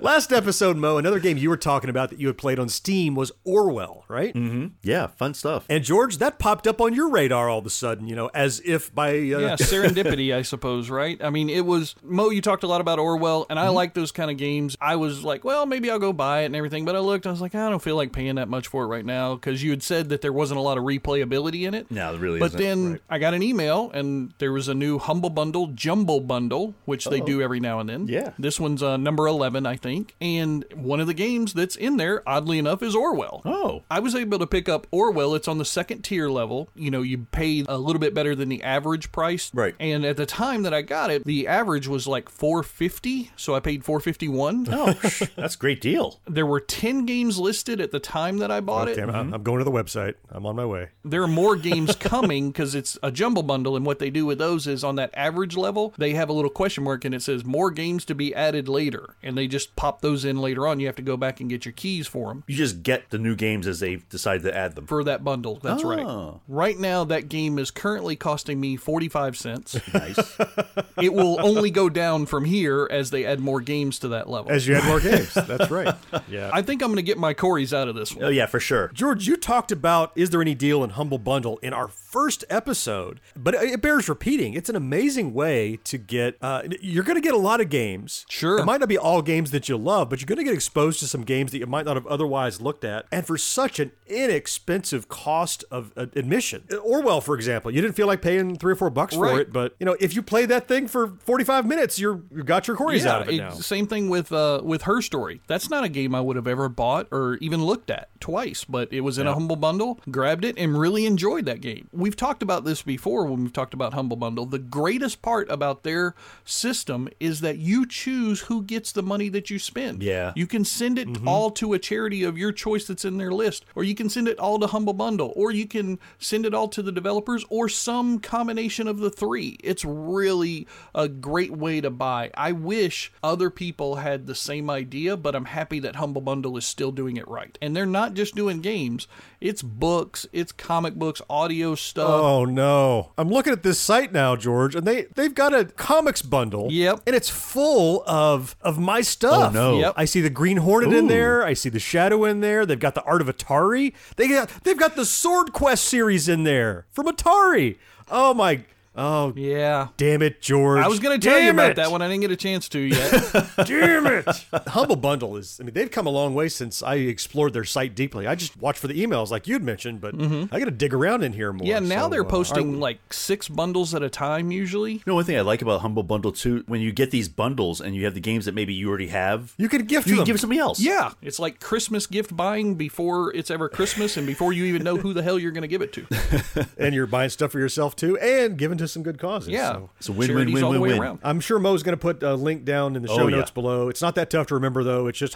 Speaker 1: Last episode, Mo, another game you were talking about that you had played on Steam was Orwell, right?
Speaker 4: yeah, fun stuff.
Speaker 1: And George, that popped up on your radar all of a sudden, you know, as if by uh,
Speaker 3: yeah, serendipity, I suppose, right? I mean, it was Mo. You talked a lot about Orwell, and I
Speaker 4: Mm-hmm.
Speaker 3: like those kind of games. I was like, well, maybe I'll go buy it and everything, but I looked, I was like, I don't feel like paying that much for it right now because you had said that there wasn't a lot of replayability in it.
Speaker 4: No, there really
Speaker 3: But
Speaker 4: isn't,
Speaker 3: then
Speaker 4: right.
Speaker 3: I got an email, and there was a new Humble Bundle, Jumble Bundle, which they do every now and then.
Speaker 4: Yeah.
Speaker 3: this one's uh, number eleven, I think, and one of the games that's in there, oddly enough, is Orwell.
Speaker 4: Oh.
Speaker 3: I was able to pick up Orwell. It's on the second tier level. You know, you pay a little bit better than the average price.
Speaker 4: Right.
Speaker 3: And at the time that I got it, the average was like 450, so I paid 451.
Speaker 4: oh, that's a great deal.
Speaker 3: There were 10 games listed at the time that I bought it.
Speaker 1: Oh, Damn, I'm- I'm going to the website. I'm on my way.
Speaker 3: There are more games coming cuz it's a jumble bundle and what they do with those is on that average level, title, they have a little question mark and it says more games to be added later. And they just pop those in later on. You have to go back and get your keys for them
Speaker 4: You just get the new games as they decide to add them.
Speaker 3: for that bundle. That's right. Right now, that game is currently costing me 45 cents.
Speaker 4: Nice.
Speaker 3: it will only go down from here as they add more games to that level.
Speaker 1: As you had more games. That's right. Yeah.
Speaker 3: I think I'm going to get my Corys out of this one.
Speaker 4: oh yeah, for sure.
Speaker 1: George, you talked about Is There Any Deal in Humble Bundle in our first episode, but it it bears repeating. It's an amazing way to get, uh, you're going to get a lot of games.
Speaker 3: Sure.
Speaker 1: It might not be all games that you love, but you're going to get exposed to some games that you might not have otherwise looked at. And for such an inexpensive cost of uh, admission. Orwell, for example, you didn't feel like paying three or four bucks for
Speaker 3: Right.
Speaker 1: it, but you know, if you play that thing for 45 minutes, you're, you got your quarries out of it now.
Speaker 3: ex- Same thing with uh, with her story. That's not a game I would have ever bought or even looked at twice, but it was in a humble bundle. Grabbed it and really enjoyed that game. We've talked about this before when we've talked about humble bundle. The greatest part about their system is that you choose who gets the money that you spend.
Speaker 4: Yeah.
Speaker 3: you can send it
Speaker 1: Mm-hmm.
Speaker 3: all to a charity of your choice that's in their list, or you can send it all to humble bundle, or you can send it all to the developers, or some combination of the three. It's really a great way to buy. I wish other people had the same idea, but I'm happy that Humble Bundle is still doing it right. And they're not just doing games, it's books, it's comic books, audio stuff.
Speaker 1: Oh no. I'm looking at this site now, George, and they they've got a comics bundle.
Speaker 3: Yep.
Speaker 1: And it's full of of my stuff.
Speaker 4: Oh, no.
Speaker 3: Yep.
Speaker 1: I see the Green Hornet in
Speaker 4: Ooh.
Speaker 1: there. I see the Shadow in there. They've got the Art of Atari. They got they've got the Sword Quest series in there from Atari. Oh my Oh
Speaker 3: Yeah.
Speaker 1: damn it, George.
Speaker 3: I was going to tell you
Speaker 1: Damn
Speaker 3: about
Speaker 1: it.
Speaker 3: that one. I didn't get a chance to yet.
Speaker 1: Damn it. Humble Bundle is I mean they've come a long way since I explored their site deeply. I just watched for the emails like you'd mentioned, but I got to dig around in here more.
Speaker 3: Mm-hmm. yeah, now
Speaker 1: so,
Speaker 3: they're
Speaker 1: uh,
Speaker 3: posting like six bundles at a time usually.
Speaker 4: You know, one thing I like about Humble Bundle too, when you get these bundles and you have the games that maybe you already have,
Speaker 1: you can gift
Speaker 4: you
Speaker 1: them.
Speaker 4: can give somebody else.
Speaker 3: Yeah, it's like Christmas gift buying before it's ever Christmas and before you even know who the hell you're going to give it to.
Speaker 1: and you're buying stuff for yourself too, and giving to some good causes.
Speaker 3: Yeah,
Speaker 1: so.
Speaker 4: It's a win, win,
Speaker 3: Charities
Speaker 4: win,
Speaker 3: all the
Speaker 4: win,
Speaker 3: way
Speaker 4: win.
Speaker 3: around.
Speaker 1: I'm sure Mo's going to put a link down in the show
Speaker 4: Oh, yeah.
Speaker 1: notes below. It's not that tough to remember, though. It's just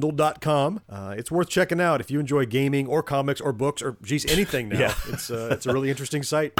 Speaker 1: humblebundle.com. Uh, it's worth checking out if you enjoy gaming or comics or books or, geez, anything now.
Speaker 4: Yeah.
Speaker 1: It's, uh, it's a really interesting site.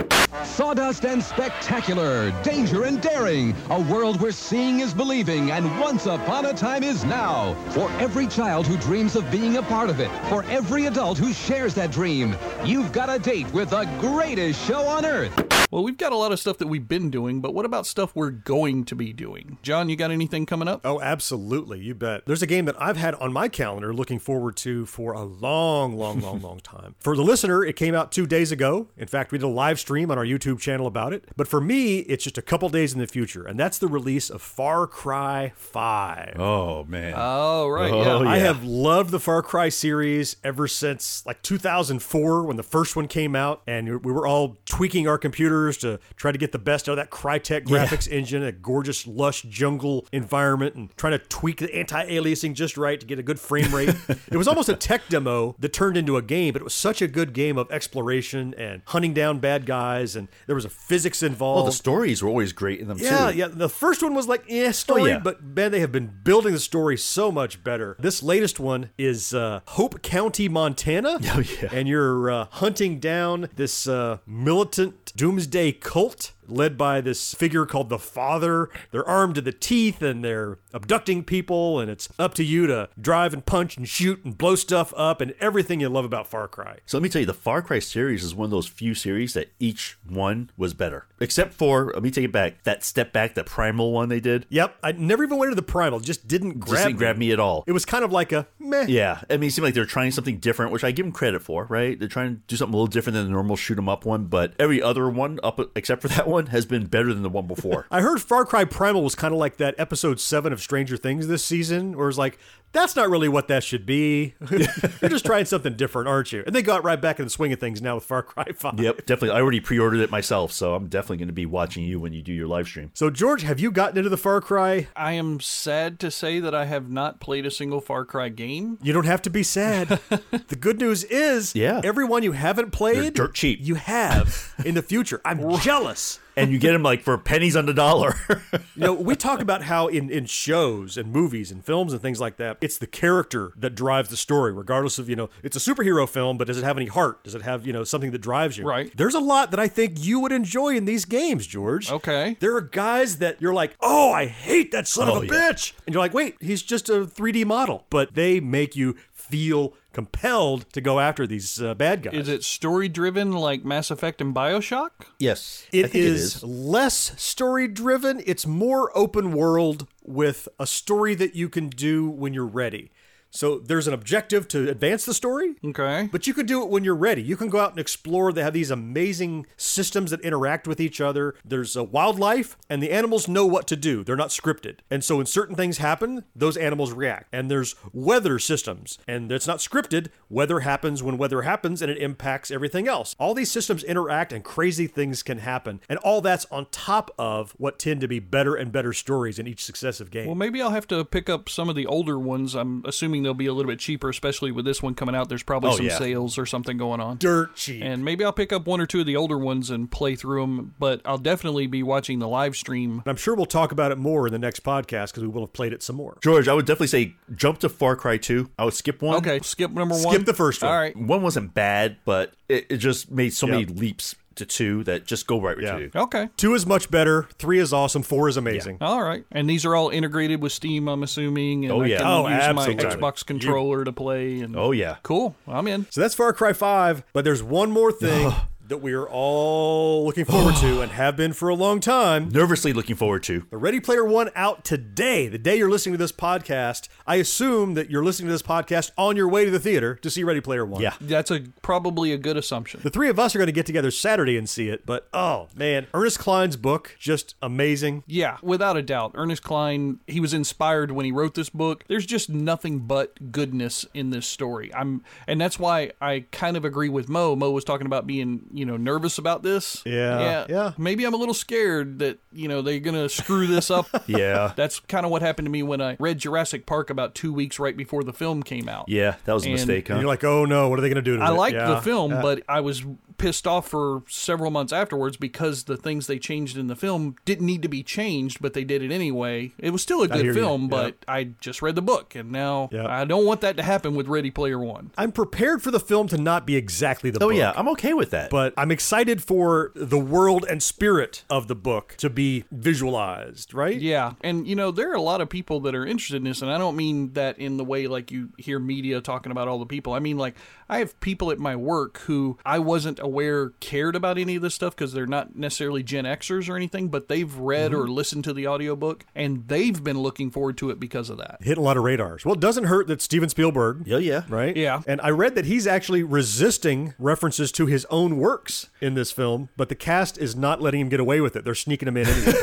Speaker 8: Sawdust and Spectacular, Danger and Daring, a world where seeing is believing and once upon a time is now. For every child who dreams of being a part of it, for every adult who shares that dream, you've got a date with the greatest show on earth.
Speaker 3: Well, we've got a lot of stuff that we've been doing, but what about stuff we're going to be doing? John, you got anything coming up?
Speaker 1: Oh, absolutely. You bet. There's a game that I've had on my calendar looking forward to for a long, long, long, long time. For the listener, it came out two days ago. In fact, we did a live stream on our YouTube channel about it. But for me, it's just a couple days in the future, and that's the release of Far Cry 5.
Speaker 4: Oh man.
Speaker 3: Oh, right.
Speaker 4: Oh,
Speaker 3: yeah.
Speaker 1: I have loved the Far Cry series ever since like 2004 when the first one came out, and we were all tweaking our computers to try to get the best out of that Crytek graphics engine, a gorgeous, lush jungle environment, and trying to tweak the anti aliasing just right to get a good frame rate. it was almost a tech demo that turned into a game, but it was such a good game of exploration and hunting down bad guys, and there was a physics involved.
Speaker 4: Oh, the stories were always great in them
Speaker 1: Yeah,
Speaker 4: too.
Speaker 1: yeah. The first one was like eh story,
Speaker 4: Oh, yeah.
Speaker 1: but man, they have been building the story so much better. This latest one is uh, Hope County, Montana.
Speaker 4: Oh, yeah.
Speaker 1: And you're uh, hunting down this uh, militant doomsday cult led by this figure called the Father. They're armed to the teeth and they're abducting people, and it's up to you to drive and punch and shoot and blow stuff up and everything you love about Far Cry.
Speaker 4: So let me tell you, the Far Cry series is one of those few series that each one was better, except for let me take it back that step back, that primal one they did.
Speaker 1: Yep, I never even went to the primal. Just didn't grab
Speaker 4: Just didn't grab me at all.
Speaker 1: It was kind of like a meh.
Speaker 4: Yeah, I mean, it seemed like they're trying something different, which I give them credit for, right? They're trying to do something a little different than the normal shoot 'em up one, but every other one up except for that one has been better than the one before.
Speaker 1: I heard Far Cry Primal was kind of like that episode seven of Stranger Things this season, where it's like, that's not really what that should be. You're just trying something different, aren't you? And they got right back in the swing of things now with Far Cry 5.
Speaker 4: yep, definitely. I already pre-ordered it myself, so I'm definitely going to be watching you when you do your live stream.
Speaker 1: So, George, have you gotten into the Far Cry?
Speaker 3: I am sad to say that I have not played a single Far Cry game.
Speaker 1: You don't have to be sad. the good news is,
Speaker 4: Yeah.
Speaker 1: everyone you haven't played,
Speaker 4: dirt cheap.
Speaker 1: you have in the future. I'm jealous.
Speaker 4: and you get them like for pennies on the dollar.
Speaker 1: You know, we talk about how in, in shows and movies and films and things like that, it's the character that drives the story, regardless of, you know, it's a superhero film, but does it have any heart? Does it have, you know, something that drives you?
Speaker 3: Right.
Speaker 1: There's a lot that I think you would enjoy in these games, George.
Speaker 3: Okay.
Speaker 1: There are guys that you're like, oh, I hate that son
Speaker 4: Oh,
Speaker 1: of a
Speaker 4: yeah.
Speaker 1: bitch. And you're like, wait, he's just a 3D model. But they make you feel compelled to go after these uh, bad guys.
Speaker 3: Is it story driven like Mass Effect and Bioshock?
Speaker 4: yes, I
Speaker 1: It
Speaker 4: think
Speaker 1: is, less story driven. It's more open world with a story that you can do when you're ready. So there's an objective to advance the story,
Speaker 3: Okay.
Speaker 1: but you can do it when you're ready. You can go out and explore. They have these amazing systems that interact with each other. There's uh, wildlife, and the animals know what to do. They're not scripted. And so when certain things happen, those animals react. And there's weather systems, and it's not scripted. Weather happens when weather happens, and it impacts everything else. All these systems interact, and crazy things can happen. And all that's on top of what tend to be better and better stories in each successive game.
Speaker 3: Well, maybe I'll have to pick up some of the older ones. I'm assuming they'll be a little bit cheaper, especially with this one coming out. There's probably
Speaker 4: Oh,
Speaker 3: some
Speaker 4: yeah.
Speaker 3: sales or something going on.
Speaker 1: Dirt cheap.
Speaker 3: And maybe I'll pick up one or two of the older ones and play through them, but I'll definitely be watching the live stream.
Speaker 1: and I'm sure we'll talk about it more in the next podcast because we will have played it some more.
Speaker 4: George, I would definitely say jump to Far Cry 2. I would skip one.
Speaker 3: Okay, skip number
Speaker 1: Skip
Speaker 3: one.
Speaker 1: the first one.
Speaker 3: All right.
Speaker 4: One wasn't bad, but it, it just made so many
Speaker 1: Yeah.
Speaker 4: leaps to two that just go right with
Speaker 1: Yeah. Oh.
Speaker 4: two.
Speaker 3: Okay.
Speaker 1: Two is much better. Three is awesome. Four is amazing.
Speaker 3: All right. And these are all integrated with Steam, I'm assuming. And
Speaker 4: Oh,
Speaker 3: I
Speaker 4: yeah.
Speaker 3: can
Speaker 1: Oh,
Speaker 3: use
Speaker 1: absolutely.
Speaker 3: my Xbox controller to play. And
Speaker 4: Oh, yeah.
Speaker 3: Cool. I'm in.
Speaker 1: So that's Far Cry 5, but there's one more thing that we are all looking forward to and have been for a long time.
Speaker 4: Nervously looking forward to.
Speaker 1: The Ready Player One out today, the day you're listening to this podcast. I assume that you're listening to this podcast on your way to the theater to see Ready Player One.
Speaker 4: Yeah.
Speaker 3: That's a probably a good assumption.
Speaker 1: The three of us are going to get together Saturday and see it, but oh man, Ernest Klein's book, just amazing.
Speaker 3: Yeah, without a doubt. Ernest Klein, he was inspired when he wrote this book. There's just nothing but goodness in this story. I'm and that's why I kind of agree with Mo. Mo was talking about being, you know, nervous about this.
Speaker 1: Yeah,
Speaker 3: Yeah.
Speaker 1: yeah.
Speaker 3: Maybe I'm a little scared that, you know, they're going to screw this up.
Speaker 4: Yeah.
Speaker 3: That's kind of what happened to me when I read Jurassic Park about 2 weeks right before the film came out.
Speaker 4: yeah, that was a
Speaker 3: And-
Speaker 4: mistake, huh?
Speaker 1: And you're like, oh no, what are they going to do to
Speaker 3: I
Speaker 1: it?
Speaker 3: liked
Speaker 1: Yeah. Uh,
Speaker 3: the film, but I was pissed off for several months afterwards because the things they changed in the film didn't need to be changed, but they did it anyway. It was still a
Speaker 1: hear you.
Speaker 3: good film,
Speaker 1: Yeah.
Speaker 3: but I just read the book, and now
Speaker 1: Yeah.
Speaker 3: I don't want that to happen with Ready Player One.
Speaker 1: I'm prepared for the film to not be exactly the
Speaker 4: oh,
Speaker 1: book.
Speaker 4: yeah, I'm okay with that.
Speaker 1: but I'm excited for the world and spirit of the book to be visualized, right?
Speaker 3: Yeah, and you know there are a lot of people that are interested in this, and I don't mean that in the way like you hear media talking about all the people. I mean like I have people at my work who I wasn't aware cared about any of this stuff because they're not necessarily Gen Xers or anything, but they've read or listened to the audiobook and they've been looking forward to it because of that.
Speaker 1: Hitting a lot of radars. Well, it doesn't hurt that Steven Spielberg.
Speaker 4: yeah, yeah.
Speaker 1: Right?
Speaker 3: Yeah.
Speaker 1: And I read that he's actually resisting references to his own works in this film, but the cast is not letting him get away with it. They're sneaking him in anyway.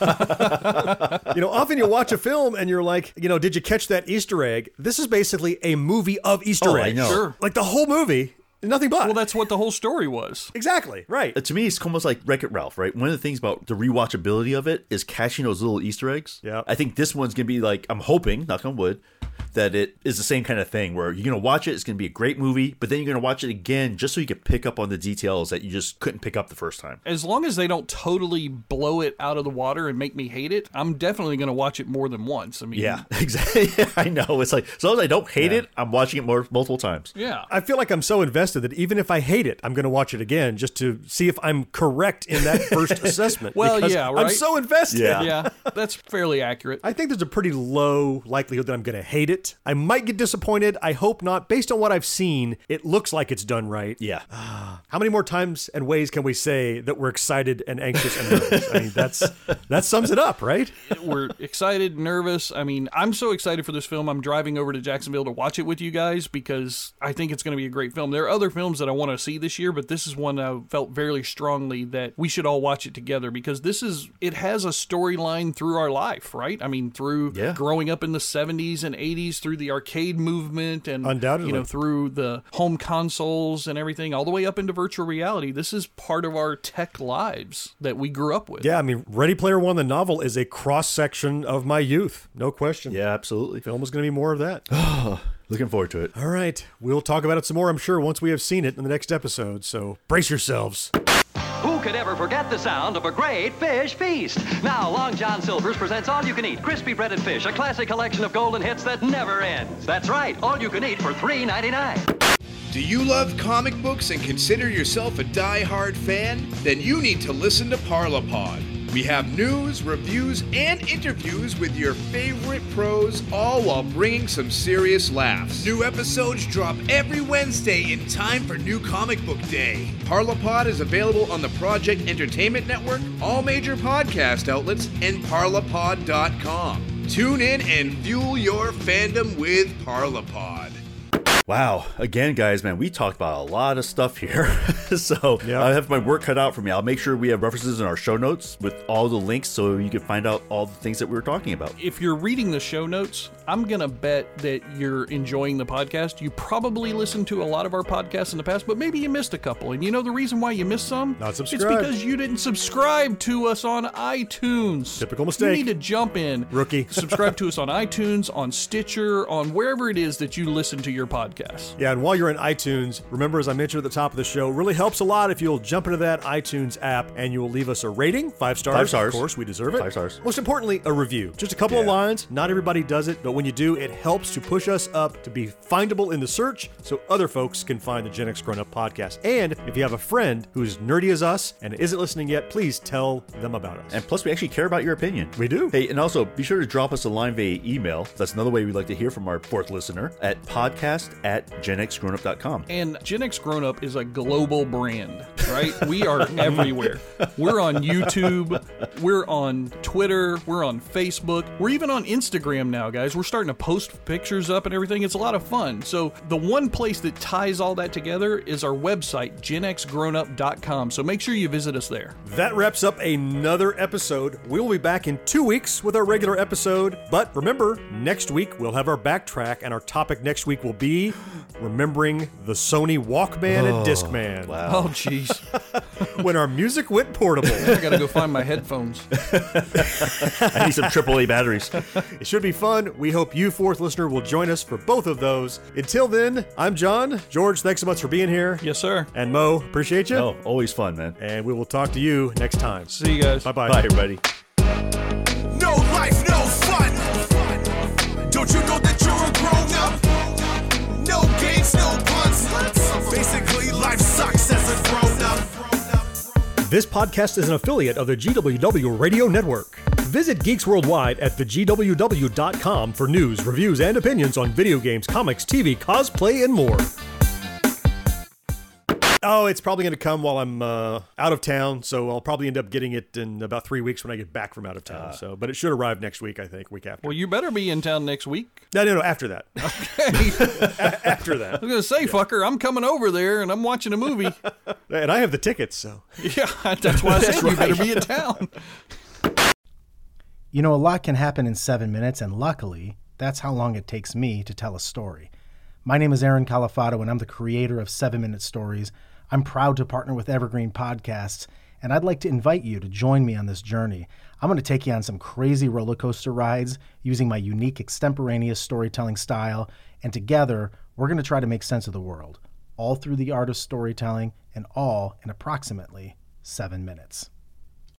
Speaker 3: Oh.
Speaker 1: you know, often you watch a film and you're like, you know, did you catch that Easter egg? This is basically a movie of Easter
Speaker 4: Oh, I
Speaker 1: eggs.
Speaker 4: know.
Speaker 3: Sure.
Speaker 1: Like the whole movie, nothing but.
Speaker 3: Well, that's what the whole story was.
Speaker 1: exactly right.
Speaker 4: Uh, To me, it's almost like Wreck It Ralph, right? One of the things about the rewatchability of it is catching those little Easter eggs.
Speaker 1: Yeah.
Speaker 4: I think this one's going to be like, I'm hoping, knock on wood, that it is the same kind of thing where you're going to watch it, it's going to be a great movie, but then you're going to watch it again just so you can pick up on the details that you just couldn't pick up the first time.
Speaker 3: As long as they don't totally blow it out of the water and make me hate it, I'm definitely going to watch it more than once. I mean,
Speaker 4: Yeah, exactly. I know. It's like, as long as I don't hate it, I'm watching it more, multiple times.
Speaker 3: Yeah.
Speaker 1: I feel like I'm so invested that even if I hate it, I'm going to watch it again just to see if I'm correct in that first assessment.
Speaker 3: Well,
Speaker 1: because
Speaker 3: yeah,
Speaker 1: I'm
Speaker 3: right?
Speaker 1: so invested.
Speaker 4: Yeah.
Speaker 3: yeah, that's fairly accurate.
Speaker 1: I think there's a pretty low likelihood that I'm going to hate it. I might get disappointed. I hope not. Based on what I've seen, it looks like it's done right.
Speaker 4: Yeah.
Speaker 1: How many more times and ways can we say that we're excited and anxious and nervous? I mean, that's that sums it up, right?
Speaker 3: we're excited, nervous. I mean, I'm so excited for this film. I'm driving over to Jacksonville to watch it with you guys because I think it's going to be a great film. There are other films that I want to see this year, but this is one I felt very strongly that we should all watch it together because this is it has a storyline through our life, right? I mean, through
Speaker 4: Yeah.
Speaker 3: growing up in the 70s and 80s, through the arcade movement, and
Speaker 1: Undoubtedly.
Speaker 3: you know, through the home consoles and everything, all the way up into virtual reality. This is part of our tech lives that we grew up with.
Speaker 1: Yeah, I mean, Ready Player One, the novel, is a cross section of my youth, no question.
Speaker 4: Yeah, absolutely.
Speaker 1: Film is going to be more of that.
Speaker 4: Looking forward to it.
Speaker 1: All right. We'll talk about it some more, I'm sure, once we have seen it in the next episode. So brace yourselves.
Speaker 9: Who
Speaker 10: Who could ever forget the sound of a great fish feast? Now, Long John Silver's presents All You Can Eat Crispy Breaded Fish, a classic collection of golden hits that never ends. That's right, All You Can Eat for $3.99.
Speaker 11: Do you love comic books and consider yourself a die-hard fan? Then you need to listen to Parlapod. We have news, reviews, and interviews with your favorite pros, all while bringing some serious laughs. New episodes drop every Wednesday in time for New Comic Book Day. Parlapod is available on the Project Entertainment Network, all major podcast outlets, and parlapod.com. Tune in and fuel your fandom with Parlapod.
Speaker 4: Wow. Again, guys, man, we talked about a lot of stuff here. so I have my work cut out for me. I'll make sure we have references in our show notes with all the links so you can find out all the things that we were talking about.
Speaker 3: If you're reading the show notes, I'm going to bet that you're enjoying the podcast. You probably listened to a lot of our podcasts in the past, but maybe you missed a couple. And you know the reason why you missed some?
Speaker 1: Not
Speaker 3: It's
Speaker 1: subscribed.
Speaker 3: because you didn't subscribe to us on iTunes.
Speaker 1: Typical mistake.
Speaker 3: You need to jump in.
Speaker 1: Rookie.
Speaker 3: subscribe to us on iTunes, on Stitcher, on wherever it is that you listen to your podcasts.
Speaker 1: Yeah, and while you're in iTunes, remember, as I mentioned at the top of the show, really helps a lot if you'll jump into that iTunes app and you'll leave us a rating, five stars.
Speaker 4: Five stars.
Speaker 1: Of course, we deserve it.
Speaker 4: Five stars.
Speaker 1: Most importantly, a review. Just a couple of
Speaker 4: Yeah.
Speaker 1: lines. Not everybody does it, but when you do, it helps to push us up to be findable in the search so other folks can find the Gen X Grown Up podcast. And if you have a friend who's nerdy as us and isn't listening yet, please tell them about us.
Speaker 4: And plus, we actually care about your opinion.
Speaker 1: We do.
Speaker 4: Hey, and also be sure to drop us a line via email. That's another way we'd like to hear from our fourth listener at podcast at genxgrownup.com.
Speaker 3: And Gen X Grown Up is a global brand, right? We are everywhere. We're on YouTube, we're on Twitter, we're on Facebook, we're even on Instagram now, guys. We're starting to post pictures up and everything. It's a lot of fun. So, the one place that ties all that together is our website, genxgrownup.com. So, make sure you visit us there.
Speaker 1: That wraps up another episode. We'll be back in two weeks with our regular episode. But remember, next week we'll have our backtrack, and our topic next week will be remembering the Sony Walkman and Discman
Speaker 3: Oh, jeez.
Speaker 1: when our music went portable.
Speaker 3: I got to go find my headphones.
Speaker 4: I need some AAA batteries.
Speaker 1: it should be fun. We hope you, fourth listener, will join us for both of those. Until then, I'm John. George, thanks so much for being here.
Speaker 3: Yes, sir.
Speaker 1: And Mo, appreciate you.
Speaker 4: Oh, always fun, man.
Speaker 1: And we will talk to you next time.
Speaker 3: See you guys.
Speaker 1: Bye-bye.
Speaker 4: Bye, everybody.
Speaker 2: No life, no fun. Don't you know that you're a grown up? No games, no puns. Basically, life sucks as a grown up.
Speaker 1: This podcast is an affiliate of the GWW Radio Network. Visit Geeks Worldwide at thegww.com for news, reviews, and opinions on video games, comics, TV, cosplay, and more. Oh, it's probably going to come while I'm uh, out of town, so I'll probably end up getting it in about three weeks when I get back from out of town. so, but it should arrive next week, I think, week after.
Speaker 3: Well, you better be in town next week.
Speaker 1: no, no, no, after that,
Speaker 3: I
Speaker 1: after that,
Speaker 3: was going to say, fucker, I'm coming over there and I'm watching a movie.
Speaker 1: and I have the tickets, so.
Speaker 3: Yeah, that's why I said you better be in town.
Speaker 12: You know, a lot can happen in seven minutes, and luckily, that's how long it takes me to tell a story. My name is Aaron Califato, and I'm the creator of Seven Minute Stories. I'm proud to partner with Evergreen Podcasts, and I'd like to invite you to join me on this journey. I'm going to take you on some crazy roller coaster rides using my unique extemporaneous storytelling style, and together, we're going to try to make sense of the world, all through the art of storytelling, and all in approximately seven minutes.